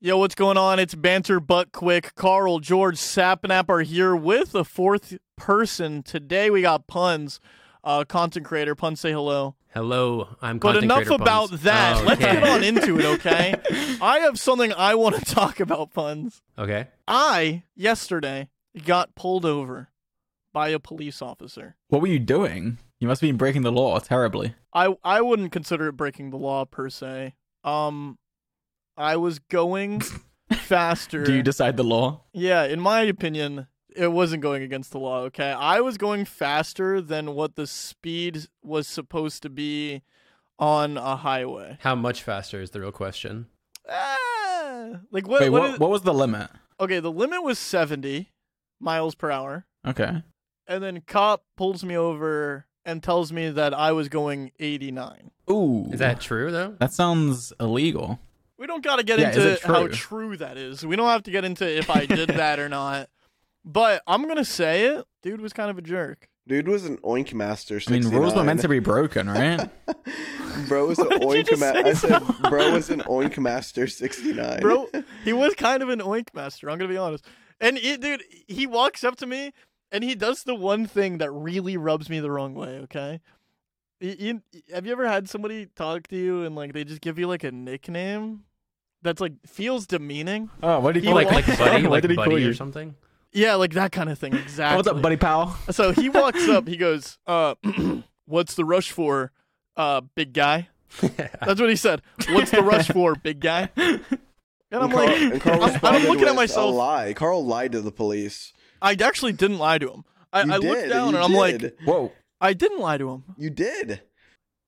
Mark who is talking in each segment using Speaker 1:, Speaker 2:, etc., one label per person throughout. Speaker 1: Yo, what's going on? It's Banter Butt Quick. Carl, George, Sapnap are here with a fourth person. Today we got puns. Uh, content creator, puns say hello.
Speaker 2: Hello, I'm.
Speaker 1: But
Speaker 2: content
Speaker 1: enough
Speaker 2: creator
Speaker 1: about
Speaker 2: Puns.
Speaker 1: that.
Speaker 2: Oh,
Speaker 1: Let's
Speaker 2: okay.
Speaker 1: get on into it, okay? I have something I want to talk about, puns.
Speaker 2: Okay.
Speaker 1: I, yesterday, got pulled over by a police officer.
Speaker 3: What were you doing? You must have been breaking the law terribly.
Speaker 1: I, I wouldn't consider it breaking the law per se. Um, I was going faster.
Speaker 3: Do you decide the law?
Speaker 1: Yeah, in my opinion, it wasn't going against the law, okay? I was going faster than what the speed was supposed to be on a highway.
Speaker 2: How much faster is the real question?
Speaker 1: Ah, like what,
Speaker 3: Wait,
Speaker 1: what
Speaker 3: what,
Speaker 1: is-
Speaker 3: what was the limit?
Speaker 1: Okay, the limit was 70 miles per hour,
Speaker 3: Okay.
Speaker 1: and then cop pulls me over and tells me that I was going 89.
Speaker 3: Ooh.
Speaker 2: Is that true though?
Speaker 3: That sounds illegal.
Speaker 1: We don't got to get
Speaker 3: Yeah, is
Speaker 1: into
Speaker 3: it
Speaker 1: how
Speaker 3: true?
Speaker 1: true that is. We don't have to get into if I did that or not. But I'm going to say it. Dude was kind of a jerk.
Speaker 4: Dude was an oink master.
Speaker 3: I mean, rules were meant to be broken, right?
Speaker 4: Bro was an
Speaker 1: What did you
Speaker 4: oink
Speaker 1: just
Speaker 4: ma-
Speaker 1: say,
Speaker 4: I said,
Speaker 1: Saul?
Speaker 4: bro was an oink master sixty nine.
Speaker 1: bro. He was kind of an oink master. I'm gonna be honest. And it, dude, he walks up to me and he does the one thing that really rubs me the wrong way. Okay. Y- you- have you ever had somebody talk to you and like they just give you like a nickname that's like feels demeaning?
Speaker 3: oh, what did
Speaker 1: He
Speaker 3: he call
Speaker 2: like
Speaker 3: you?
Speaker 2: like buddy,
Speaker 3: What
Speaker 2: like
Speaker 3: did he call
Speaker 2: buddy
Speaker 3: you?
Speaker 2: or something?
Speaker 1: Yeah, like that kind of thing.
Speaker 3: Oh,
Speaker 1: Exactly.
Speaker 3: what's up, buddy pal?
Speaker 1: So he walks up. He goes, uh, "What's the rush for, uh, big guy?" That's what he said. What's the rush for, big guy? And I'm
Speaker 4: And Carl,
Speaker 1: like,
Speaker 4: and Carl
Speaker 1: I'm- I'm
Speaker 4: responded
Speaker 1: looking at
Speaker 4: with
Speaker 1: myself.
Speaker 4: A lie. Carl lied to the police.
Speaker 1: I actually didn't lie to him. I,
Speaker 4: you
Speaker 1: I
Speaker 4: did.
Speaker 1: looked down
Speaker 4: you
Speaker 1: and I'm like,
Speaker 4: did.
Speaker 3: Whoa.
Speaker 1: I didn't lie to him.
Speaker 4: you did.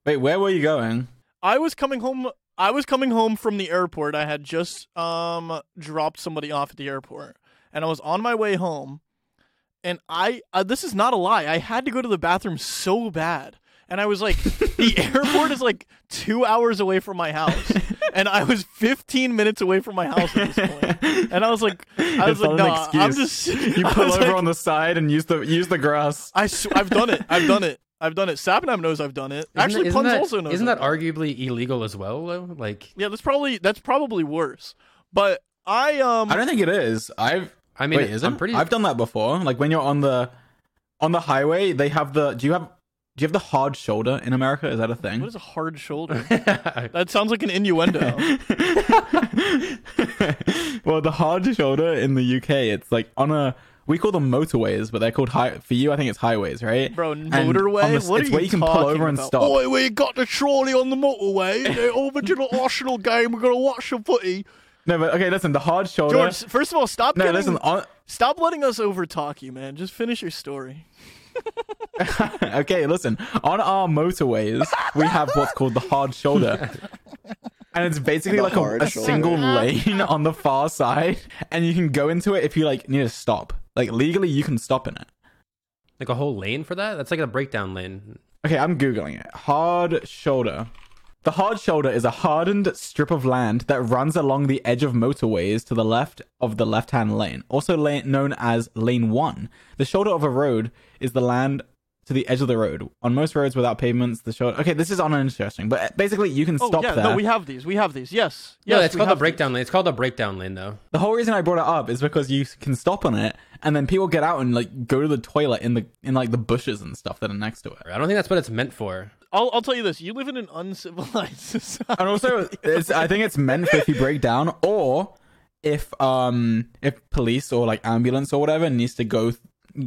Speaker 3: Wait, where were you going?
Speaker 1: I was coming home. I was coming home from the airport. I had just um dropped somebody off at the airport, and I was on my way home. And I, uh, this is not a lie. I had to go to the bathroom so bad, and I was like, the airport is like two hours away from my house, and I was 15 minutes away from my house at this point. And I was like, I was
Speaker 3: It's
Speaker 1: like,
Speaker 3: not an
Speaker 1: no, I'm
Speaker 3: excuse.
Speaker 1: just.
Speaker 3: You
Speaker 1: I
Speaker 3: pull
Speaker 1: was
Speaker 3: over
Speaker 1: like-
Speaker 3: on the side and use the use the grass.
Speaker 1: I sw- I've done it. I've done it. I've done it. Sapnam knows I've done it. Actually,
Speaker 2: isn't
Speaker 1: Puns
Speaker 2: that,
Speaker 1: also knows.
Speaker 2: Isn't
Speaker 1: I've
Speaker 2: that arguably illegal as well though? Like,
Speaker 1: Yeah, that's probably that's probably worse. But I um
Speaker 3: I don't think it is. I've
Speaker 2: I mean,
Speaker 3: Wait, is it?
Speaker 2: I'm pretty.
Speaker 3: I've done that before. Like when you're on the on the highway, they have the. Do you have do you have the hard shoulder in America? Is that a thing?
Speaker 1: what is a hard shoulder? that sounds like an innuendo.
Speaker 3: well, the hard shoulder in the UK, it's like on a. We call them motorways, but they're called high. For you, I think it's highways, right?
Speaker 1: Bro,
Speaker 3: And on
Speaker 1: motorway?
Speaker 3: the s-
Speaker 1: what
Speaker 3: it's
Speaker 1: are
Speaker 3: where
Speaker 1: you
Speaker 3: you can pull
Speaker 1: talking
Speaker 3: over and
Speaker 1: about?
Speaker 3: stop.
Speaker 1: Oi, we got the trolley on the motorway. They're over to the Arsenal game. We're gonna watch some footy.
Speaker 3: No, but okay, listen. The hard shoulder.
Speaker 1: George, first of all, stop
Speaker 3: Oh, no,
Speaker 1: getting,
Speaker 3: listen. On,
Speaker 1: stop letting us over talk you, man. Just finish your story.
Speaker 3: okay, listen. On our motorways, we have what's called the hard shoulder. And it's basically
Speaker 4: The
Speaker 3: like a,
Speaker 4: hard
Speaker 3: a
Speaker 4: shoulder.
Speaker 3: single lane on the far side, and you can go into it if you like need to stop. Like legally, you can stop in it.
Speaker 2: like a whole lane for that? That's like a breakdown lane.
Speaker 3: Okay, I'm googling it. Hard shoulder. The hard shoulder is a hardened strip of land that runs along the edge of motorways to the left of the left-hand lane, also la- known as lane 1. The shoulder of a road is the land to the edge of the road. On most roads without pavements, the shoulder Okay, this is uninteresting, but uh, basically you can
Speaker 1: Oh
Speaker 3: stop
Speaker 1: yeah,
Speaker 3: there.
Speaker 1: no, we have these. We have these. Yes,
Speaker 2: Yeah,
Speaker 1: yes,
Speaker 2: it's
Speaker 1: we
Speaker 2: called a
Speaker 1: have
Speaker 2: breakdown lane. It's called a breakdown lane though.
Speaker 3: the whole reason I brought it up is because you can stop on it and then people get out and like go to the toilet in the in like the bushes and stuff that are next to it.
Speaker 2: I don't think that's what it's meant for.
Speaker 1: these. I'll I'll tell you this. You live in an uncivilized society.
Speaker 3: and also it's, i think it's meant for if you break down or if um if police or like ambulance or whatever needs to go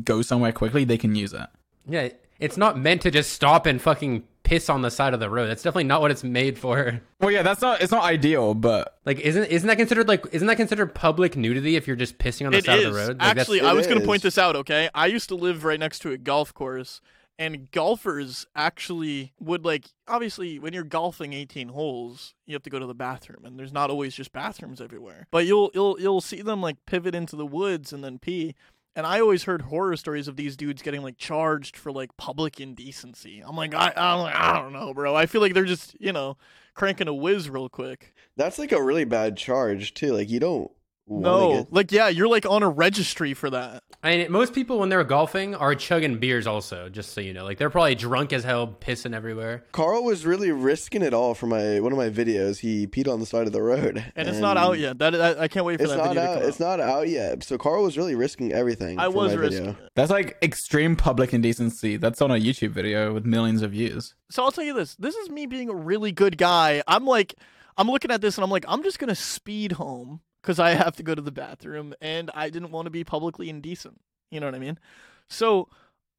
Speaker 3: go somewhere quickly they can use it
Speaker 2: Yeah, it's not meant to just stop and fucking piss on the side of the road. That's definitely not what it's made for.
Speaker 3: well yeah that's not it's not ideal but
Speaker 2: Like, isn't isn't that considered like isn't that considered public nudity if you're just pissing on the
Speaker 1: It
Speaker 2: side
Speaker 1: is.
Speaker 2: of the road? Like,
Speaker 1: Actually,
Speaker 2: that's,
Speaker 1: I
Speaker 4: It
Speaker 1: was going to point
Speaker 4: is.
Speaker 1: this out, okay? I used to live right next to a golf course, and golfers actually would like obviously when you're golfing 18 holes, you have to go to the bathroom, and there's not always just bathrooms everywhere. But you'll you'll you'll see them like pivot into the woods and then pee. And I always heard horror stories of these dudes getting like charged for like public indecency. I'm like, I, I'm like, I don't know, bro. I feel like they're just, you know, cranking a whiz real quick.
Speaker 4: That's like a really bad charge too. Like you don't Ooh, I
Speaker 1: No,
Speaker 4: like it.
Speaker 1: like yeah, you're like on a registry for that.
Speaker 2: I mean, most people when they're golfing are chugging beers also, just so you know. Like they're probably drunk as hell, pissing everywhere.
Speaker 4: Carl was really risking it all for my one of my videos. He peed on the side of the road,
Speaker 1: And, it's not out yet. That I, I can't wait for
Speaker 4: It's
Speaker 1: that
Speaker 4: not
Speaker 1: video to
Speaker 4: out.
Speaker 1: come
Speaker 4: It's not out yet. So Carl was really risking everything.
Speaker 1: I
Speaker 4: for
Speaker 1: was
Speaker 4: my
Speaker 1: risking.
Speaker 4: Video.
Speaker 1: it.
Speaker 3: That's like extreme public indecency. That's on a YouTube video with millions of views.
Speaker 1: So I'll tell you this. This is me being a really good guy. I'm like, I'm looking at this and I'm like, I'm just gonna speed home because I have to go to the bathroom and I didn't want to be publicly indecent. You know what I mean? So,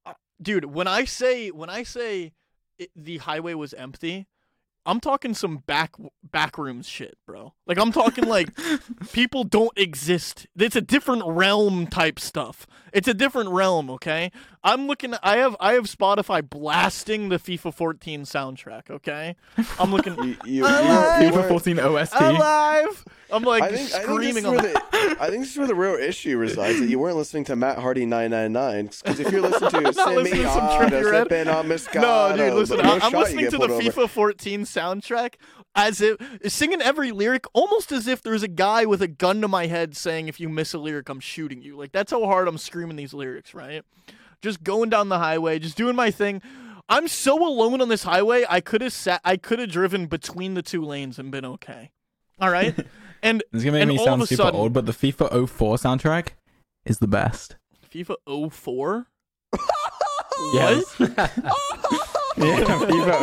Speaker 1: uh, dude, when I say when I say it, the highway was empty. I'm talking some back backrooms shit, bro. Like I'm talking like people don't exist. It's a different realm type stuff. It's a different realm, okay? I'm looking I have I have Spotify blasting the FIFA 14 soundtrack, okay? I'm looking
Speaker 4: You, you,
Speaker 1: Alive.
Speaker 4: you, you
Speaker 3: FIFA
Speaker 4: were,
Speaker 3: 14 OST.
Speaker 1: alive. I'm like
Speaker 4: I think,
Speaker 1: screaming
Speaker 4: I
Speaker 1: on
Speaker 4: think, this is where the, I think this is where the real issue resides that you weren't listening to Matt Hardy 999. Because if you're listening to
Speaker 1: not listening to some trivia, Ed. No,
Speaker 4: Moscato,
Speaker 1: dude, listen.
Speaker 4: no
Speaker 1: I, I'm
Speaker 4: uh, shot you
Speaker 1: listening
Speaker 4: get
Speaker 1: to the
Speaker 4: pulled over.
Speaker 1: FIFA 14 soundtrack as if singing every lyric almost as if there's a guy with a gun to my head saying, "If you miss a lyric, I'm shooting you." Like that's how hard I'm screaming these lyrics, right? Just going down the highway, just doing my thing. I'm so alone on this highway. I could have sat. I could have driven between the two lanes and been okay. All right. And
Speaker 3: This is gonna make
Speaker 1: and
Speaker 3: me
Speaker 1: all
Speaker 3: sound
Speaker 1: of a
Speaker 3: super
Speaker 1: sudden,
Speaker 3: old, but the FIFA 04 soundtrack is the best.
Speaker 1: FIFA 04.
Speaker 3: Yes.
Speaker 1: What?
Speaker 3: Yeah, FIFA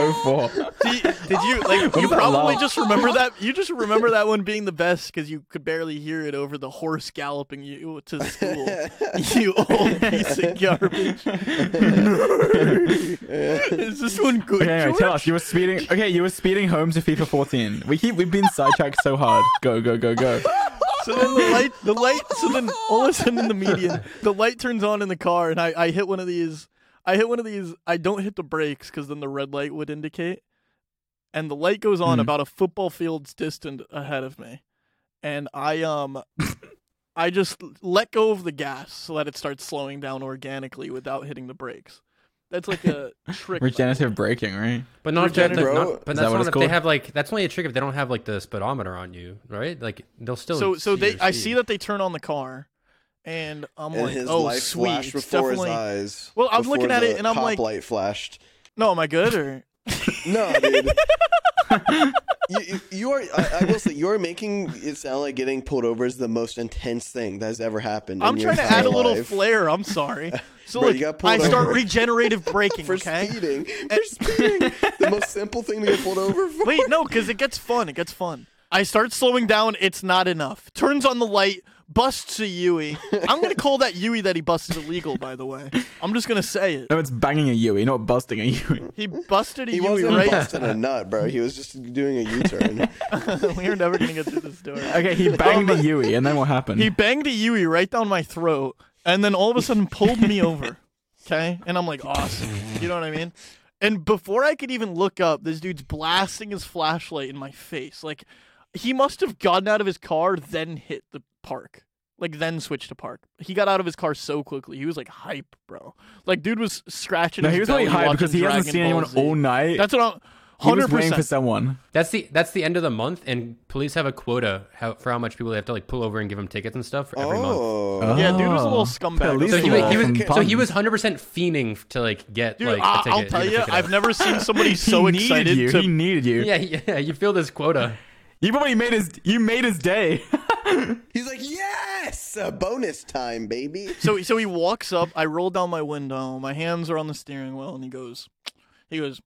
Speaker 3: 04.
Speaker 1: did, did you like
Speaker 3: What
Speaker 1: you
Speaker 3: was that
Speaker 1: probably
Speaker 3: laugh?
Speaker 1: just remember that you just remember that one being the best because you could barely hear it over the horse galloping you to school you old piece of garbage is this one good
Speaker 3: Okay, anyway, tell
Speaker 1: George?
Speaker 3: us. You were speeding. Okay, you were speeding home to FIFA 14. We keep. We've been sidetracked so hard. Go, go, go, go.
Speaker 1: so then the light the light so then all of a sudden in the median the light turns on in the car and i i hit one of these i hit one of these i don't hit the brakes because then the red light would indicate and the light goes on
Speaker 3: Hmm.
Speaker 1: about a football field's distant ahead of me and i um i just let go of the gas so that it starts slowing down organically without hitting the brakes that's like a trick by the
Speaker 3: Regenerative braking, right?
Speaker 2: But not,
Speaker 1: Regenerate-
Speaker 2: just, like,
Speaker 4: Bro,
Speaker 2: not- but
Speaker 3: is that
Speaker 2: that's
Speaker 3: what
Speaker 2: not
Speaker 3: it's
Speaker 2: if they
Speaker 3: called?
Speaker 2: have like that's only a trick if they don't have like the speedometer on you, right? Like they'll still.
Speaker 1: so so
Speaker 2: see
Speaker 1: they
Speaker 2: your
Speaker 1: I
Speaker 2: speed.
Speaker 1: see that they turn on the car, and I'm
Speaker 4: And
Speaker 1: like,
Speaker 4: his
Speaker 1: oh
Speaker 4: life
Speaker 1: sweet,
Speaker 4: flashed
Speaker 1: it's
Speaker 4: before
Speaker 1: definitely.
Speaker 4: his eyes.
Speaker 1: Well, I'm
Speaker 4: before
Speaker 1: looking at it
Speaker 4: the
Speaker 1: and I'm
Speaker 4: cop
Speaker 1: like-
Speaker 4: light flashed.
Speaker 1: No, am I good or?
Speaker 4: No, dude. you, you- you are. I, I will say you are making it sound like getting pulled over is the most intense thing that has ever happened.
Speaker 1: I'm
Speaker 4: in your
Speaker 1: trying to
Speaker 4: entire
Speaker 1: add a little
Speaker 4: life.
Speaker 1: flair. I'm sorry. So
Speaker 4: Bro,
Speaker 1: like,
Speaker 4: you got
Speaker 1: I
Speaker 4: pulled
Speaker 1: start
Speaker 4: over.
Speaker 1: regenerative braking.
Speaker 4: for
Speaker 1: okay.
Speaker 4: speeding. For speeding, the most simple thing to get pulled over for.
Speaker 1: Wait, no, because it gets fun. It gets fun. I start slowing down. It's not enough. Turns on the light. Busts a Yui. I'm gonna call that Yui that he busts illegal. By the way, I'm just gonna say it.
Speaker 3: No, it's banging a Yui, not busting a Yui.
Speaker 1: He busted a
Speaker 4: He
Speaker 1: Yui
Speaker 4: wasn't
Speaker 1: right.
Speaker 4: busting a nut, bro. He was just doing a U-turn.
Speaker 1: we are never gonna get through this door.
Speaker 3: Okay, he banged a Yui, and then what happened?
Speaker 1: He banged a Yui right down my throat and then all of a sudden pulled me over. Okay? And I'm like, awesome. You know what I mean? And before I could even look up, this dude's blasting his flashlight in my face. Like, he must have gotten out of his car, then hit the park. Like, then switched to park. He got out of his car so quickly. He was like hype, bro. Like, dude was scratching
Speaker 3: no,
Speaker 1: his
Speaker 3: he was
Speaker 1: belly
Speaker 3: really high
Speaker 1: watching
Speaker 3: because he hasn't
Speaker 1: Dragon
Speaker 3: seen
Speaker 1: Ball
Speaker 3: anyone
Speaker 1: Z.
Speaker 3: all night.
Speaker 1: That's what I'm.
Speaker 3: he was
Speaker 1: Hundred
Speaker 3: waiting for
Speaker 1: percent.
Speaker 3: someone.
Speaker 2: That's the that's the end of the month, and police have a quota how, for how much people they have to like pull over and give them tickets and stuff for every month.
Speaker 4: Oh,
Speaker 1: Yeah, dude was a
Speaker 3: Oh.
Speaker 1: little scumbag.
Speaker 3: Police
Speaker 2: So he, was-
Speaker 3: law
Speaker 2: he
Speaker 3: from
Speaker 2: was so he
Speaker 3: Pun.
Speaker 2: was hundred percent fiending to like get
Speaker 1: Dude,
Speaker 2: like
Speaker 1: I-
Speaker 2: a ticket.
Speaker 1: I'll tell
Speaker 2: get a
Speaker 1: you,
Speaker 2: ticket.
Speaker 1: I've never seen somebody so
Speaker 3: he needed
Speaker 1: excited
Speaker 3: you.
Speaker 1: to
Speaker 3: He needed you.
Speaker 2: Yeah, yeah, you feel this quota.
Speaker 3: You probably made his. You made his day.
Speaker 4: he's like, yes, uh, bonus time, baby.
Speaker 1: So so he walks up. I roll down my window. My hands are on the steering wheel, and he goes, he goes,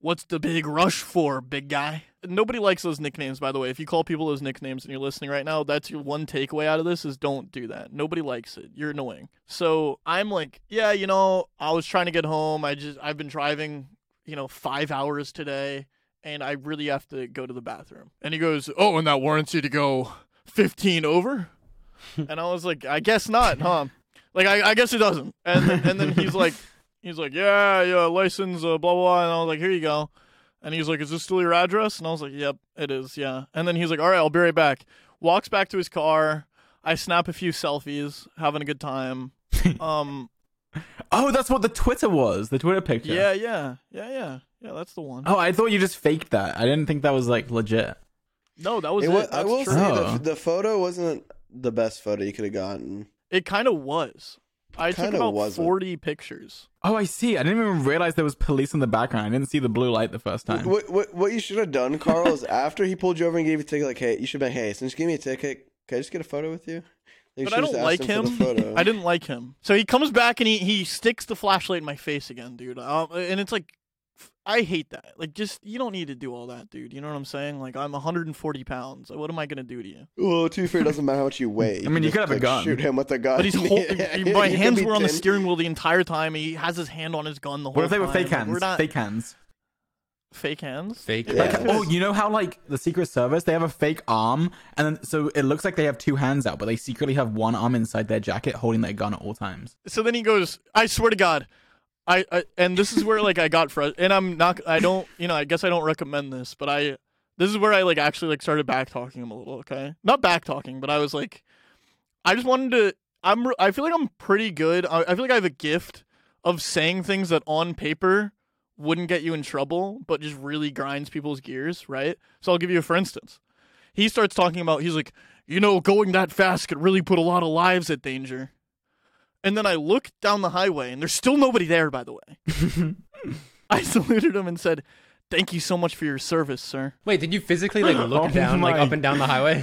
Speaker 1: "What's the big rush for, big guy?" Nobody likes those nicknames, by the way. If you call people those nicknames and you're listening right now, that's your one takeaway out of this is don't do that. Nobody likes it. You're annoying. So I'm like, yeah, you know, I was trying to get home. I just I've been driving, you know, five hours today, and I really have to go to the bathroom. And he goes, oh, and that warrants you to go 15 over. And I was like, I guess not, huh? Like, I, I guess it doesn't. And then, and then he's like, he's like, yeah, yeah, license, uh, blah, blah. And I was like, here you go. And he's like, is this still your address? And I was like, yep, it is, yeah. And then he's like, all right, I'll be right back. Walks back to his car. I snap a few selfies, having a good time. Um,
Speaker 3: Oh, that's what the Twitter was. The Twitter picture.
Speaker 1: yeah, yeah, yeah, yeah, yeah. That's the one.
Speaker 3: Oh, I thought you just faked that. I didn't think that was like legit.
Speaker 1: No, that was
Speaker 4: It
Speaker 1: it.
Speaker 4: wa- I
Speaker 1: That's
Speaker 4: will
Speaker 1: true.
Speaker 4: say
Speaker 3: Oh.
Speaker 4: the, the photo wasn't the best photo you could have gotten.
Speaker 1: It kind of was. I took
Speaker 4: kinda
Speaker 1: about
Speaker 4: wasn't.
Speaker 1: 40 pictures.
Speaker 3: Oh, I see. I didn't even realize there was police in the background. I didn't see the blue light the first time.
Speaker 4: What, what what you should have done, Carl, is after he pulled you over and gave you a ticket, like, hey, you should be like, hey, since you gave me a ticket, can I just get a photo with you? Like, you
Speaker 1: But
Speaker 4: should
Speaker 1: I
Speaker 4: just
Speaker 1: don't
Speaker 4: ask
Speaker 1: like
Speaker 4: for the
Speaker 1: him.
Speaker 4: photo.
Speaker 1: I didn't like him. So he comes back and he, he sticks the flashlight in my face again, dude. Um, and it's like, f- I hate that. Like, just, you don't need to do all that, dude. You know what I'm saying? Like, I'm 140 pounds. Like, What am I going to do to you?
Speaker 4: Well, to be fair, it doesn't matter how much you weigh.
Speaker 3: I mean, you
Speaker 4: just,
Speaker 3: could have a
Speaker 4: like,
Speaker 3: gun.
Speaker 4: Shoot him with a gun.
Speaker 1: But he's holding.
Speaker 4: Yeah,
Speaker 1: my
Speaker 4: you could
Speaker 1: hands
Speaker 4: be
Speaker 1: were on the
Speaker 4: tin.
Speaker 1: steering wheel the entire time. He has his hand on his gun the whole
Speaker 3: What if they were
Speaker 1: time.
Speaker 3: fake
Speaker 1: Like,
Speaker 3: hands?
Speaker 1: We're not
Speaker 3: Fake hands.
Speaker 1: fake hands.
Speaker 2: Fake.
Speaker 4: Yeah.
Speaker 3: Like, oh, you know how like the Secret Service, they have a fake arm, and then so it looks like they have two hands out, but they secretly have one arm inside their jacket holding their gun at all times.
Speaker 1: so then he goes, I swear to God, I, I and this is where like I got frustrated, and I'm not, I don't, you know, I guess I don't recommend this, but I, this is where I like actually like started back talking him a little, okay, not back talking, but I was like, I just wanted to, I'm, re- I feel like I'm pretty good, I, I feel like I have a gift of saying things that on paper wouldn't get you in trouble, but just really grinds people's gears, right? So I'll give you a for instance. He starts talking about, he's like, you know, going that fast could really put a lot of lives at danger. And then I looked down the highway, and there's still nobody there, by the way. I saluted him and said, Thank you so much for your service, sir.
Speaker 2: Wait, did you physically like look
Speaker 3: Oh
Speaker 2: down, like
Speaker 3: my.
Speaker 2: up and down the highway?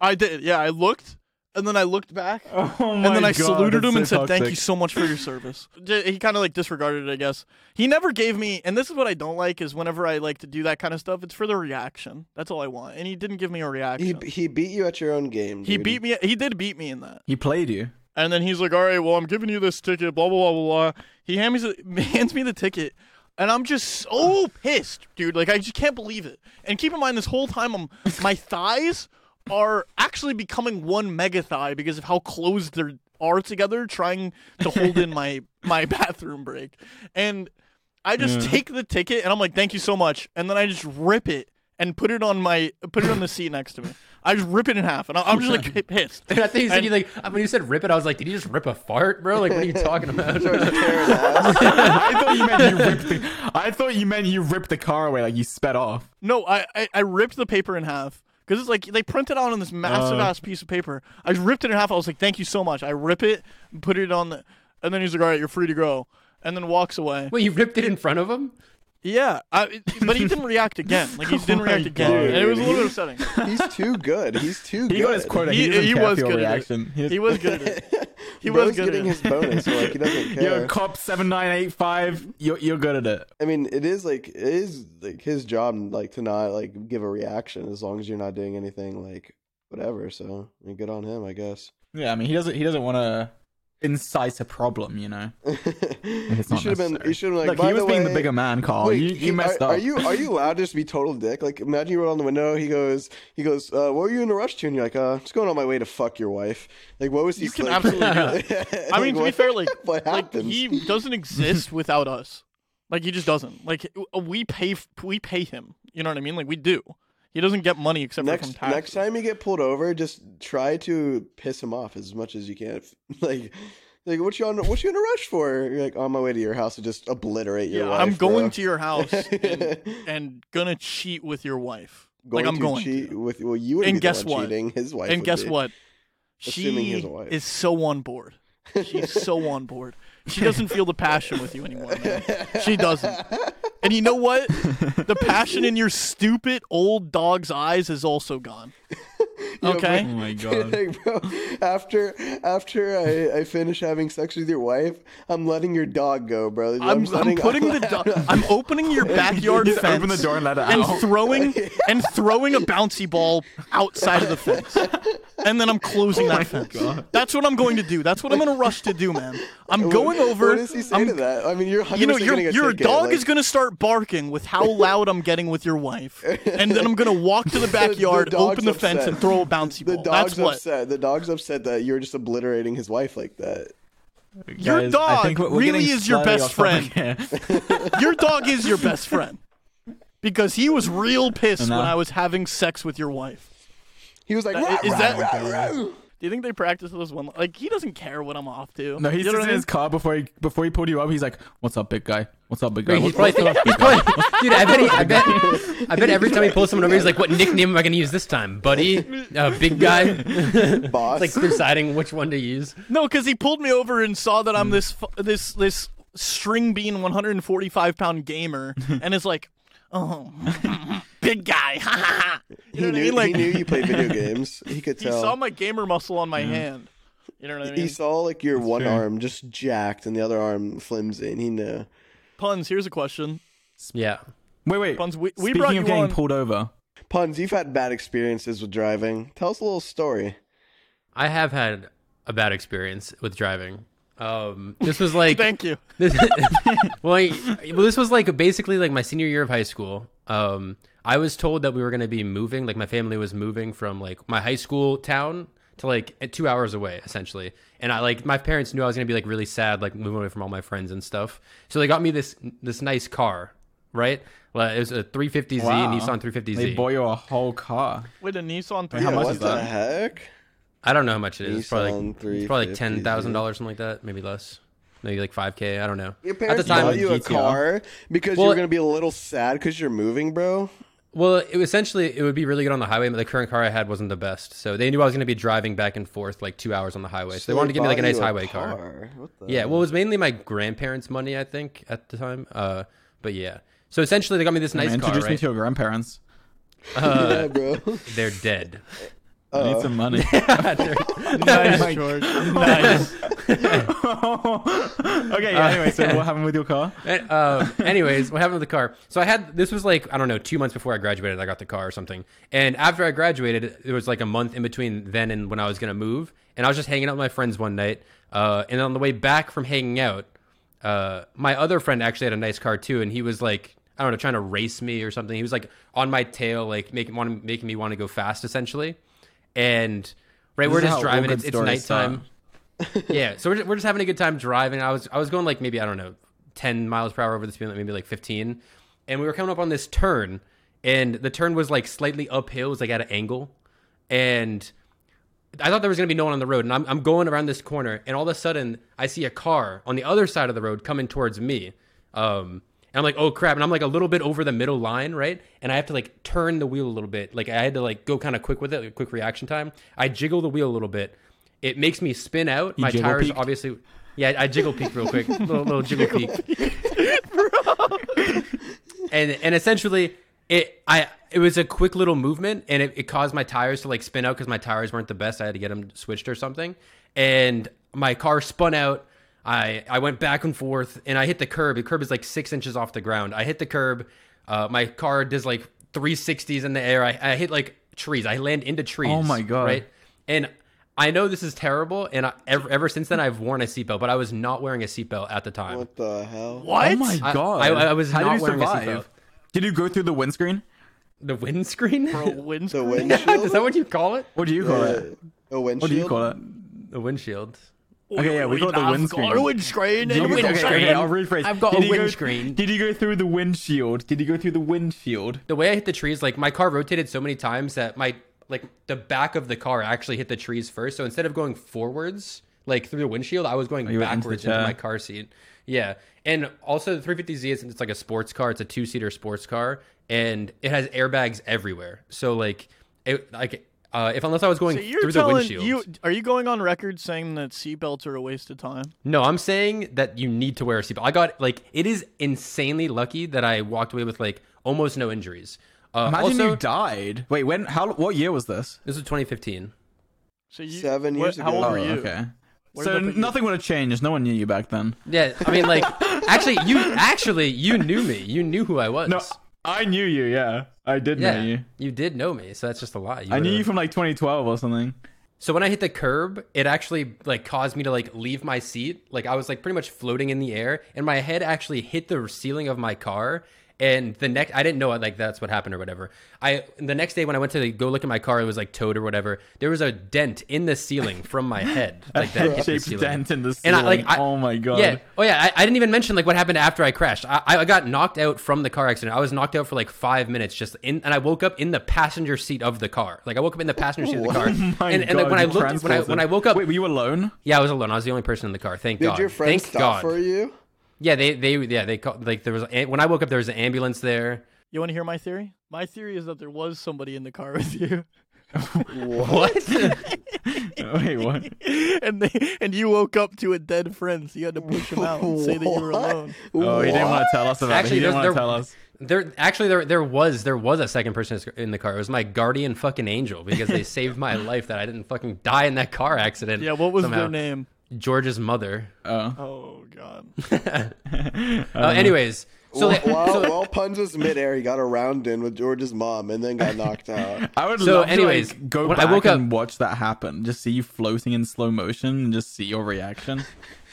Speaker 1: I did. Yeah, I looked, and then I looked back,
Speaker 3: Oh
Speaker 1: and then I saluted him and said, Thank you so much for your service. J- He kind of like disregarded it, I guess. He never gave me, and this is what I don't like is whenever I like to do that kind of stuff, it's for the reaction. That's all I want. And he didn't give me a
Speaker 4: He,
Speaker 1: reaction.
Speaker 4: he beat you at your own game.
Speaker 1: He
Speaker 4: dude.
Speaker 1: beat me. He did beat me in that.
Speaker 3: He played you.
Speaker 1: And then he's like, "All right, well, I'm giving you this ticket." Blah blah blah blah blah. He hands me the, hands me the ticket, and I'm just so pissed, dude. Like I just can't believe it. And keep in mind, this whole time, I'm my thighs are actually becoming one mega thigh because of how close they are together, trying to hold in my my bathroom break. And I just take the ticket, and I'm like, "Thank you so much," and then I just rip it. And put it on my put it on the seat next to me. I just rip it in half, and I- I'm just like pissed.
Speaker 2: I think you said
Speaker 1: And-
Speaker 2: you like when you said rip it. I was like, did you just rip a fart, bro? Like, what are you talking about?
Speaker 4: Fair enough.
Speaker 3: I thought you meant you ripped the. I thought you meant you ripped the car away, like you sped off.
Speaker 1: No, I, I, I ripped the paper in half because it's like they print it out on this
Speaker 4: Uh.
Speaker 1: massive ass piece of paper. I just ripped it in half. I was like, "Thank you so much." I rip it, put it on the, and then he's like, "All right, you're free to go," and then walks away.
Speaker 2: Wait, you ripped it in front of him?
Speaker 1: Yeah, I, it- but he didn't react again. Like he didn't
Speaker 3: my
Speaker 1: react again.
Speaker 4: Oh God.
Speaker 1: And it was a little bit upsetting.
Speaker 4: He's too good. He's too good.
Speaker 3: He got his quota. He,
Speaker 1: He-
Speaker 3: doesn't
Speaker 1: he
Speaker 3: care
Speaker 1: was
Speaker 3: for your
Speaker 1: good at it.
Speaker 3: reaction. He,
Speaker 1: He was good at it. He
Speaker 4: Bro's
Speaker 1: was good at
Speaker 4: getting
Speaker 1: it.
Speaker 4: his bonus. So, like he doesn't care.
Speaker 3: Yo, cop seven nine eight five. You're you're good at it.
Speaker 4: I mean, it is like it is like his job, like to not like give a reaction as long as you're not doing anything like whatever. So I mean, good on him, I guess.
Speaker 3: Yeah, I mean he doesn't he doesn't want to incite a problem, you know.
Speaker 4: you
Speaker 3: not
Speaker 4: should have been.
Speaker 3: necessary.
Speaker 4: You should have like.
Speaker 3: Look,
Speaker 4: by
Speaker 3: he was
Speaker 4: the
Speaker 3: being
Speaker 4: way,
Speaker 3: the bigger man, Carl.
Speaker 4: wait,
Speaker 3: you
Speaker 4: he-
Speaker 3: you messed
Speaker 4: are,
Speaker 3: up.
Speaker 4: Are you are you allowed to just be total dick? Like, imagine you wrote on the window. He goes, he goes, uh, "What were you in a rush to?" And you're like, "Uh, just going on my way to fuck your wife." Like, what was he?
Speaker 1: You can
Speaker 4: like-
Speaker 1: absolutely do
Speaker 4: Like,
Speaker 1: I mean, to be
Speaker 4: what-
Speaker 1: fair, like,
Speaker 4: what
Speaker 1: like
Speaker 4: happens?
Speaker 1: he doesn't exist without us. Like he just doesn't. Like we pay f- we pay him. You know what I mean? Like we do. He doesn't get money except for from
Speaker 4: next
Speaker 1: taxes.
Speaker 4: next time you get pulled over, just try to piss him off as much as you can. Like, like what you on? What you in a rush for? You're like on my way to your house to just obliterate your
Speaker 1: Yeah,
Speaker 4: wife.
Speaker 1: I'm going
Speaker 4: bro.
Speaker 1: to your house and, and gonna cheat with your wife.
Speaker 4: Going
Speaker 1: like I'm
Speaker 4: to
Speaker 1: going.
Speaker 4: cheat
Speaker 1: to.
Speaker 4: with well, you would
Speaker 1: And
Speaker 4: be
Speaker 1: guess
Speaker 4: the one
Speaker 1: what?
Speaker 4: cheating. His wife.
Speaker 1: And
Speaker 4: would
Speaker 1: guess
Speaker 4: be.
Speaker 1: what?
Speaker 4: Assuming he
Speaker 1: She
Speaker 4: has a wife.
Speaker 1: is so on board. She's so on board. She doesn't feel the passion with you anymore. Man. She doesn't. And you know what? The passion in your stupid old dog's eyes is also gone. Okay.
Speaker 3: Oh my god.
Speaker 4: Like, bro, after after I, I finish having sex with your wife, I'm letting your dog go, bro.
Speaker 1: I'm, I'm
Speaker 4: letting-
Speaker 1: putting the dog. I'm opening your backyard
Speaker 3: Just
Speaker 1: fence.
Speaker 3: open the door and let it
Speaker 1: and
Speaker 3: out.
Speaker 1: throwing and throwing a bouncy ball outside of the fence. And then I'm
Speaker 4: Oh
Speaker 1: closing that fence. That's what I'm going to do. That's what I'm going to rush to do, man. I'm going over.
Speaker 4: What does he say
Speaker 1: I'm-
Speaker 4: to that? I mean, you're
Speaker 1: you know,
Speaker 4: 100%
Speaker 1: your
Speaker 4: getting a
Speaker 1: your
Speaker 4: ticket,
Speaker 1: dog
Speaker 4: like-
Speaker 1: is going to start barking with how loud I'm getting with your wife, and then I'm going to walk to the backyard,
Speaker 4: dog's
Speaker 1: open the fence,
Speaker 4: upset.
Speaker 1: and throw a bouncy
Speaker 4: The
Speaker 1: ball. That's
Speaker 4: dog's
Speaker 1: what.
Speaker 4: upset. The dog's upset that you're just obliterating his wife like that.
Speaker 1: Your
Speaker 3: Guys, I
Speaker 1: dog
Speaker 3: think we're- we're
Speaker 1: really
Speaker 3: getting
Speaker 1: is your
Speaker 3: slightly
Speaker 1: best
Speaker 3: off topic here.
Speaker 1: Your dog is your best friend because he was real pissed when
Speaker 3: Enough.
Speaker 1: I was having sex with your wife.
Speaker 4: He was like,
Speaker 1: That-
Speaker 4: "Rah,
Speaker 1: is
Speaker 4: rah,
Speaker 1: that-
Speaker 4: rah, rah."
Speaker 1: Do you think they practice this one? Like he doesn't care what I'm off to.
Speaker 3: No, he's
Speaker 1: you know
Speaker 3: sitting
Speaker 1: what
Speaker 3: in
Speaker 1: I mean?
Speaker 3: his car before he before he pulled you up. He's like, "What's up, big guy? What's up, big guy?"
Speaker 2: Wait, he's
Speaker 3: What's
Speaker 2: probably,
Speaker 3: up?"
Speaker 2: thinking- he's probably- dude. I bet, he, I bet, I bet every time he pulls someone over, he's like, "What nickname am I gonna use this time, buddy? Uh, big guy." it's
Speaker 4: boss.
Speaker 2: like deciding which one to use.
Speaker 1: No, because he pulled me over and saw that
Speaker 3: Mm.
Speaker 1: I'm this fu- this this string bean 145 pound gamer, and is like, oh, big guy. ha, ha, ha." you
Speaker 4: he,
Speaker 1: know what
Speaker 4: knew,
Speaker 1: I mean? Like
Speaker 4: he knew you played video games. He could
Speaker 1: he
Speaker 4: tell.
Speaker 1: saw my gamer muscle on my
Speaker 3: Mm.
Speaker 1: hand. You know what I mean?
Speaker 4: he saw like your one
Speaker 3: fair.
Speaker 4: arm just jacked and the other arm flimsy, and he knew.
Speaker 1: Puns. Here's a question.
Speaker 2: Yeah.
Speaker 3: Wait, wait.
Speaker 1: Buns, we- we
Speaker 3: Speaking
Speaker 1: brought
Speaker 3: of
Speaker 1: you
Speaker 3: getting
Speaker 1: on-
Speaker 3: pulled over,
Speaker 4: Puns, you've had bad experiences with driving. Tell us a little story.
Speaker 2: I have had a bad experience with driving. Um, this was like,
Speaker 1: Thank you.
Speaker 2: this, well, I- well, this was like basically like my senior year of high school. Um, I was told that we were going to be moving, like my family was moving from like my high school town to like at two hours away, essentially. And I like my parents knew I was going to be like really sad, like moving away from all my friends and stuff. So they got me this this nice car, right? Like, it was a 350Z,
Speaker 3: Wow.
Speaker 2: Nissan 350Z.
Speaker 3: they bought you a whole car.
Speaker 1: Wait, a Nissan.
Speaker 3: How
Speaker 4: Yeah,
Speaker 3: much
Speaker 4: what
Speaker 3: is
Speaker 4: the
Speaker 3: that?
Speaker 4: heck?
Speaker 2: I don't know how much it is. It's probably
Speaker 4: Nissan
Speaker 2: like, it's probably like
Speaker 4: 350Z.
Speaker 2: ten thousand dollars, something like that, maybe less, maybe like five k. I don't know.
Speaker 4: Your
Speaker 2: At the
Speaker 4: parents
Speaker 2: time,
Speaker 4: bought you a
Speaker 3: GTR.
Speaker 4: car because you
Speaker 2: Well-
Speaker 4: were gonna be a little sad because you're moving, bro.
Speaker 2: well, it, essentially, it would be really good on the highway, but the current car I had wasn't the best, so they knew I was going to be driving back and forth like two hours on the highway, so they wanted to give me like a
Speaker 4: bought you
Speaker 2: nice highway car.
Speaker 4: What the
Speaker 2: Yeah, well, it was mainly my grandparents' money, I think, at the time. Uh, but yeah, so essentially, they got me this nice
Speaker 3: Man,
Speaker 2: car.
Speaker 3: introduce me
Speaker 2: Right?
Speaker 3: to your grandparents.
Speaker 4: yeah, bro.
Speaker 2: They're dead.
Speaker 3: I need some money.
Speaker 1: Nice, George. Nice.
Speaker 3: okay.
Speaker 1: Uh,
Speaker 3: Yeah, anyway, so what happened with your car?
Speaker 2: And, um, anyways, what happened with the car? So I had this was like I don't know two months before I graduated. I got the car or something. And after I graduated, it was like a month in between then and when I was gonna move. And I was just hanging out with my friends one night. Uh, and on the way back from hanging out, uh, my other friend actually had a nice car too, and he was like I don't know trying to race me or something. He was like on my tail, like making want making me want to go fast essentially. And right,
Speaker 3: This
Speaker 2: we're
Speaker 3: is how
Speaker 2: just
Speaker 3: all
Speaker 2: driving.
Speaker 3: good
Speaker 2: It's, it's
Speaker 3: stories start.
Speaker 2: nighttime yeah, so we're just, we're just having a good time driving. I was I was going like maybe I don't know, ten miles per hour over the speed limit, maybe like fifteen, and we were coming up on this turn, and the turn was like slightly uphill, it was like at an angle, and I thought there was gonna be no one on the road, and I'm I'm going around this corner, and all of a sudden I see a car on the other side of the road coming towards me, um, and I'm like oh crap, and I'm like a little bit over the middle line, right, and I have to like turn the wheel a little bit, like I had to like go kind of quick with it, like quick reaction time. I jiggle the wheel a little bit. It makes me spin out. My
Speaker 3: jiggle
Speaker 2: tires
Speaker 3: peeked?
Speaker 2: obviously. Yeah, I jiggle peek real quick, little, little jiggle peek. and and essentially, it I it was a quick little movement, and it, it caused my tires to like spin out because my tires weren't the best. I had to get them switched or something, and my car spun out. I I went back and forth, and I hit the curb. The curb is like six inches off the ground. I hit the curb. Uh, my car does like 360s in the air. I, I hit like trees. I land into trees.
Speaker 3: Oh my God.
Speaker 2: Right, and I know this is terrible, and I, ever, ever since then I've worn a seatbelt, but I was not wearing a seatbelt at the time.
Speaker 4: What the hell?
Speaker 1: What?
Speaker 3: Oh my god!
Speaker 2: I- I was
Speaker 3: How
Speaker 2: not
Speaker 3: did you
Speaker 2: wearing a
Speaker 3: survive?
Speaker 2: seatbelt.
Speaker 3: Did you go through the windscreen?
Speaker 2: The windscreen?
Speaker 1: Bro, wins.
Speaker 4: The
Speaker 2: Is
Speaker 4: windshield?
Speaker 2: that what you call it?
Speaker 3: What do you call
Speaker 4: Uh,
Speaker 3: it?
Speaker 4: a windshield?
Speaker 3: What do you call it?
Speaker 2: The windshield.
Speaker 3: Okay, yeah, we got the windscreen.
Speaker 1: Got a windscreen.
Speaker 3: Did
Speaker 1: And
Speaker 3: you- okay,
Speaker 1: windscreen.
Speaker 3: okay, I'll rephrase.
Speaker 2: I've got
Speaker 3: Did
Speaker 2: a
Speaker 3: you go-
Speaker 2: windscreen.
Speaker 3: Did you go through the windshield? Did you go through the windshield?
Speaker 2: The way I hit the trees, like my car rotated so many times that my like the back of the car actually hit the trees first. So instead of going forwards, like through the windshield, I was going
Speaker 3: you went into the
Speaker 2: backwards into,
Speaker 3: chair.
Speaker 2: my car seat. Yeah, and also the 350Z is it's like a sports car. It's a two seater sports car, and it has airbags everywhere. So like, it like uh, if unless I was going
Speaker 1: So you're
Speaker 2: through the
Speaker 1: telling
Speaker 2: windshield,
Speaker 1: you are you going on record saying that seatbelts are a waste of time?
Speaker 2: No, I'm saying that you need to wear a seatbelt. I got like it is insanely lucky that I walked away with like almost no injuries. Uh,
Speaker 3: Imagine
Speaker 2: also,
Speaker 3: you died. Wait, when? How? What year was this?
Speaker 2: this is 2015.
Speaker 1: So you,
Speaker 4: Seven
Speaker 1: what-
Speaker 4: years
Speaker 1: How
Speaker 4: ago.
Speaker 1: old
Speaker 4: Oh,
Speaker 1: were you?
Speaker 3: Okay.
Speaker 1: Where's
Speaker 3: so
Speaker 1: up with you?
Speaker 3: nothing would have changed. No one knew you back then.
Speaker 2: Yeah, I mean, like, actually, you actually you knew me. You knew who I was.
Speaker 3: No, I knew you. Yeah, I did
Speaker 2: yeah,
Speaker 3: know you.
Speaker 2: you did know me, so that's just a lie.
Speaker 3: I knew
Speaker 2: would've-
Speaker 3: you from like 2012 or something.
Speaker 2: So when I hit the curb, it actually like caused me to like leave my seat. Like I was like pretty much floating in the air, and my head actually hit the ceiling of my car, And the next, I didn't know like that's what happened or whatever. I the next day when I went to go look at my car, it was like towed or whatever. There was a dent in the ceiling from my head, like that hit the
Speaker 3: shaped
Speaker 2: ceiling.
Speaker 3: dent in the
Speaker 2: And
Speaker 3: ceiling.
Speaker 2: I, like, I-
Speaker 3: oh my god.
Speaker 2: Yeah. Oh yeah. I, I didn't even mention like what happened after I crashed. I, I got knocked out from the car accident. I was knocked out for like five minutes, just in, and I woke up in the passenger seat of the car. Like I woke up in the passenger seat of the car.
Speaker 3: Oh my
Speaker 2: and, and like
Speaker 3: God,
Speaker 2: when I
Speaker 3: you
Speaker 2: looked, when I when I
Speaker 3: transported.
Speaker 2: woke up,
Speaker 3: Wait, were you alone?
Speaker 2: yeah, I was alone. I was the only person in the car. Thank
Speaker 4: Did
Speaker 2: God.
Speaker 4: your friends
Speaker 2: Thank
Speaker 4: stop
Speaker 2: God.
Speaker 4: for you?
Speaker 2: Yeah, they they yeah they called like there was a, when I woke up there was an ambulance there.
Speaker 1: You want to hear my theory? My theory is that there was somebody in the car with you,
Speaker 2: What?
Speaker 3: Wait, what?
Speaker 1: and they and you woke up to a dead friend, so you had to push him out and say that you were
Speaker 4: What?
Speaker 1: alone.
Speaker 3: Oh, he didn't want
Speaker 4: What?
Speaker 3: to tell us about
Speaker 2: Actually,
Speaker 3: it. He
Speaker 2: there's-
Speaker 3: didn't want to
Speaker 2: there-
Speaker 3: tell us.
Speaker 2: there actually there there was there was a second person in the car. It was my guardian fucking angel because they saved my life that I didn't fucking die in that car accident.
Speaker 1: Yeah, what was
Speaker 2: somehow.
Speaker 1: their name?
Speaker 2: George's mother.
Speaker 3: Oh.
Speaker 1: Oh God.
Speaker 2: Uh,
Speaker 3: Uh-huh.
Speaker 2: anyways, so they,
Speaker 4: while,
Speaker 2: so-
Speaker 4: while Punz was midair, he got a round in with George's mom and then got knocked out.
Speaker 3: I would
Speaker 2: So
Speaker 3: love
Speaker 2: anyways,
Speaker 3: to like, go
Speaker 2: when
Speaker 3: back
Speaker 2: I woke
Speaker 3: and watch that happen. Just see you floating in slow motion and just see your reaction.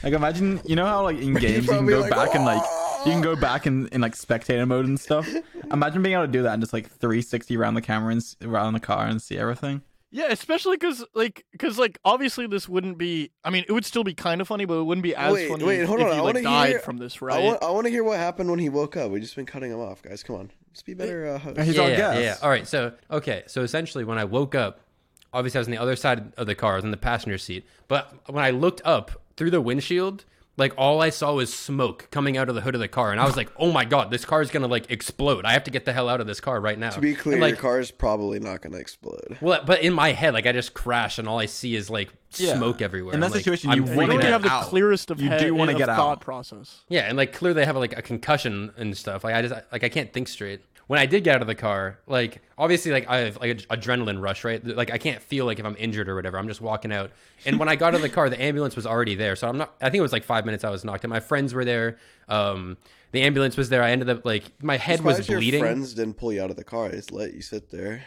Speaker 3: Like imagine, you know how like in games you can
Speaker 4: probably
Speaker 3: go
Speaker 4: like,
Speaker 3: back and like you can go back in, in like spectator mode and stuff. Imagine being able to do that and just like 360 around the camera and s- around the car and see everything.
Speaker 1: Yeah, especially because like because like obviously this wouldn't be. I mean, it would still be kind of funny, but it wouldn't be as
Speaker 4: Wait,
Speaker 1: funny
Speaker 4: wait, hold
Speaker 1: if
Speaker 4: on,
Speaker 1: you
Speaker 4: I
Speaker 1: like
Speaker 4: wanna
Speaker 1: died
Speaker 4: hear-
Speaker 1: from this,
Speaker 4: I
Speaker 1: right?
Speaker 4: want, I want to hear what happened when he woke up. We've just been cutting him off, guys. Come on, just be better. Uh, host.
Speaker 3: He's
Speaker 2: yeah,
Speaker 3: our
Speaker 2: yeah,
Speaker 3: guest.
Speaker 2: yeah. All right. So okay. So essentially, when I woke up, obviously I was on the other side of the car, I was in the passenger seat. But when I looked up through the windshield, like all I saw was smoke coming out of the hood of the car, and I was like, "Oh my god, this car is gonna like explode! I have to get the hell out of this car right now."
Speaker 4: To be clear,
Speaker 2: and, like,
Speaker 4: your car's probably not going to explode.
Speaker 2: well, but in my head, like I just crash, and all I see is like
Speaker 3: Yeah.
Speaker 2: smoke everywhere.
Speaker 3: In
Speaker 2: I'm
Speaker 3: that
Speaker 2: like,
Speaker 3: situation,
Speaker 2: I'm
Speaker 3: you
Speaker 1: You
Speaker 2: freaking
Speaker 3: wanna
Speaker 1: don't
Speaker 2: out.
Speaker 3: get
Speaker 1: have the
Speaker 3: out.
Speaker 1: clearest of
Speaker 3: You
Speaker 1: head,
Speaker 3: do wanna
Speaker 1: of
Speaker 3: get out.
Speaker 1: thought process.
Speaker 2: Yeah, and like clearly I have like a concussion and stuff. Like I just like I can't think straight. When I did get out of the car, like obviously like I have like an adrenaline rush, right? Like I can't feel like if I'm injured or whatever. I'm just walking out. And when I got out of the car, the ambulance was already there. So I'm not. I think it was like five minutes. I was knocked out. My friends were there. Um, the ambulance was there. I ended up like my head was
Speaker 4: Surprised your
Speaker 2: bleeding.
Speaker 4: friends didn't pull you out of the car. They just let you sit there.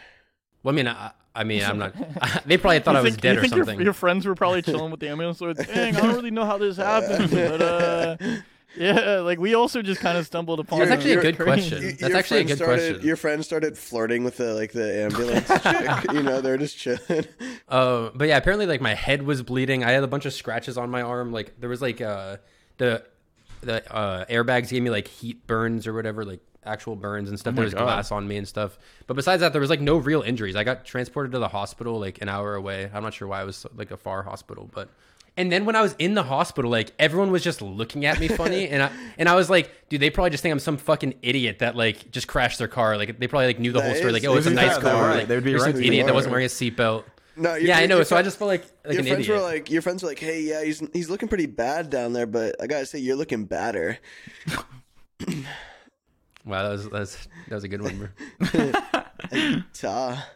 Speaker 2: Well, I mean, I, I mean, I'm not. they probably thought I
Speaker 1: you
Speaker 2: was
Speaker 1: think,
Speaker 2: dead
Speaker 1: you
Speaker 2: or
Speaker 1: think
Speaker 2: something.
Speaker 1: Your, your friends were probably chilling with the ambulance. Like, Dang, I don't really know how this happened, but uh, yeah, like we also just kind of stumbled upon.
Speaker 2: That's
Speaker 1: it.
Speaker 2: actually a
Speaker 1: You're
Speaker 2: good
Speaker 1: crazy.
Speaker 2: question.
Speaker 4: Y-
Speaker 2: That's actually a
Speaker 4: friend
Speaker 2: good
Speaker 4: started,
Speaker 2: question.
Speaker 4: Your friend started flirting with the like the ambulance chick. You know, they're just chilling.
Speaker 2: Uh, but yeah, apparently like my head was bleeding. I had a bunch of scratches on my arm. Like there was like uh the the uh, airbags gave me like heat burns or whatever, like actual burns and stuff. there was
Speaker 3: Oh God.
Speaker 2: glass on me and stuff. But besides that, there was like no real injuries. I got transported to the hospital like an hour away. I'm not sure why it was like a far hospital, but. And then when I was in the hospital, like everyone was just looking at me funny, and I and I was like, dude, they probably just think I'm some fucking idiot that like just crashed their car. Like they probably like knew the
Speaker 4: That
Speaker 2: whole story.
Speaker 4: is-
Speaker 2: Like, oh, it's a
Speaker 4: to be
Speaker 2: nice
Speaker 4: fair, they're
Speaker 2: car.
Speaker 4: right.
Speaker 2: Like,
Speaker 3: They would be
Speaker 2: there's
Speaker 3: right
Speaker 2: some
Speaker 3: to be
Speaker 2: idiot that
Speaker 4: wrong.
Speaker 2: wasn't wearing a seatbelt
Speaker 4: No, your-
Speaker 2: yeah, I
Speaker 4: your-
Speaker 2: know.
Speaker 4: your
Speaker 2: So I
Speaker 4: fri-
Speaker 2: just felt like like
Speaker 4: your
Speaker 2: an
Speaker 4: friends
Speaker 2: idiot.
Speaker 4: were like, your friends were like, hey, yeah, he's he's looking pretty bad down there, but I gotta say, you're looking badder.
Speaker 2: wow, that was that was, that was a good one. bro.
Speaker 4: Ta.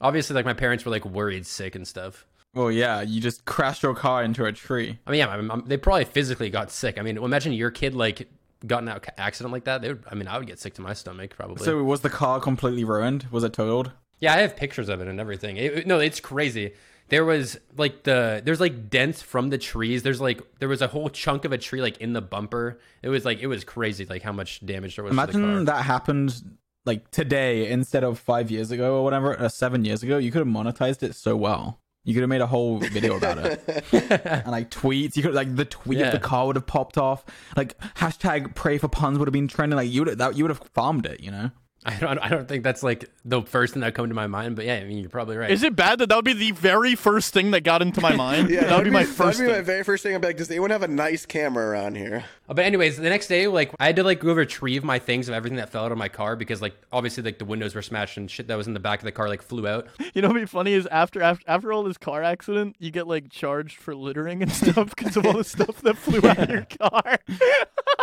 Speaker 2: Obviously, like my parents were like worried, sick, and stuff.
Speaker 3: Well, yeah, you just crashed your car into a tree.
Speaker 2: I mean, yeah, my, my- they probably physically got sick. I mean, imagine your kid like got in an accident like that. They would, I mean, I would get sick to my stomach probably.
Speaker 3: So was the car completely ruined? Was it totaled?
Speaker 2: yeah, I have pictures of it and everything. It- it- no, it's crazy. There was like the there's like dents from the trees. There's like there was a whole chunk of a tree like in the bumper. It was like it was crazy like how much damage there was. to the car.
Speaker 3: Imagine that happened like today instead of five years ago or whatever, or seven years ago. You could have monetized it so well. You could have made a whole video about it and like tweets. You could like the tweet
Speaker 2: Yeah.
Speaker 3: of the car would have popped off. Like hashtag pray for puns would have been trending. Like you would that you would have farmed it. You know.
Speaker 2: I don't I don't think that's like the first thing that come to my mind. But yeah, I mean, you're probably right.
Speaker 1: Is it bad that that would be the very first thing that got into my mind?
Speaker 4: Yeah,
Speaker 1: that would be, my
Speaker 4: that'd
Speaker 1: first.
Speaker 4: That'd be my
Speaker 1: thing.
Speaker 4: very first thing. I'm like, does anyone have a nice camera around here?
Speaker 2: Uh, But anyways, the next day, like I had to like go retrieve my things of everything that fell out of my car because like obviously like the windows were smashed and shit that was in the back of the car like flew out.
Speaker 1: You know what'd be funny is after after after all this car accident, you get like charged for littering and stuff because of all the stuff that flew out of your car.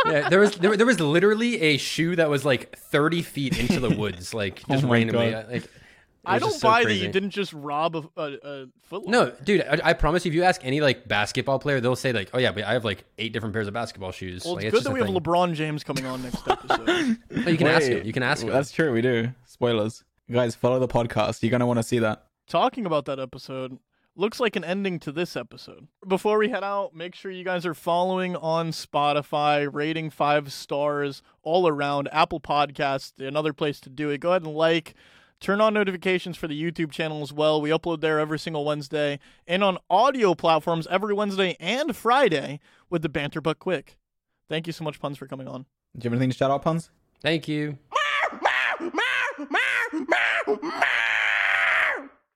Speaker 2: Yeah, there was there, there was literally a shoe that was like thirty feet into the woods, like just
Speaker 3: Oh my
Speaker 2: randomly.
Speaker 3: God.
Speaker 2: I- Like it
Speaker 1: I
Speaker 2: was
Speaker 1: don't
Speaker 2: just so
Speaker 1: buy that
Speaker 2: crazy.
Speaker 1: you didn't just rob a, a, a footlocker.
Speaker 2: No, dude, I, I promise you, if you ask any like basketball player, they'll say like, "Oh yeah, but I have like eight different pairs of basketball shoes."
Speaker 1: Well,
Speaker 2: like,
Speaker 1: it's, good
Speaker 2: just
Speaker 1: that
Speaker 2: a
Speaker 1: we have
Speaker 2: thing.
Speaker 1: LeBron James coming on next episode.
Speaker 2: But you can ask
Speaker 3: Wait.
Speaker 2: him. You can ask him.
Speaker 3: That's true. We do spoilers. Guys, follow the podcast. You're gonna want to see that.
Speaker 1: Talking about that episode, looks like an ending to this episode. Before we head out, make sure you guys are following on Spotify, rating five stars all around, Apple Podcasts, another place to do it. Go ahead and like. Turn on notifications for the YouTube channel as well. We upload there every single Wednesday and on audio platforms every Wednesday and Friday with the Banter Buck Quick. Thank you so much, Puns, for coming on.
Speaker 3: Do you have anything to shout out, puns?
Speaker 2: Thank you.
Speaker 4: Meow, meow, meow, meow, meow.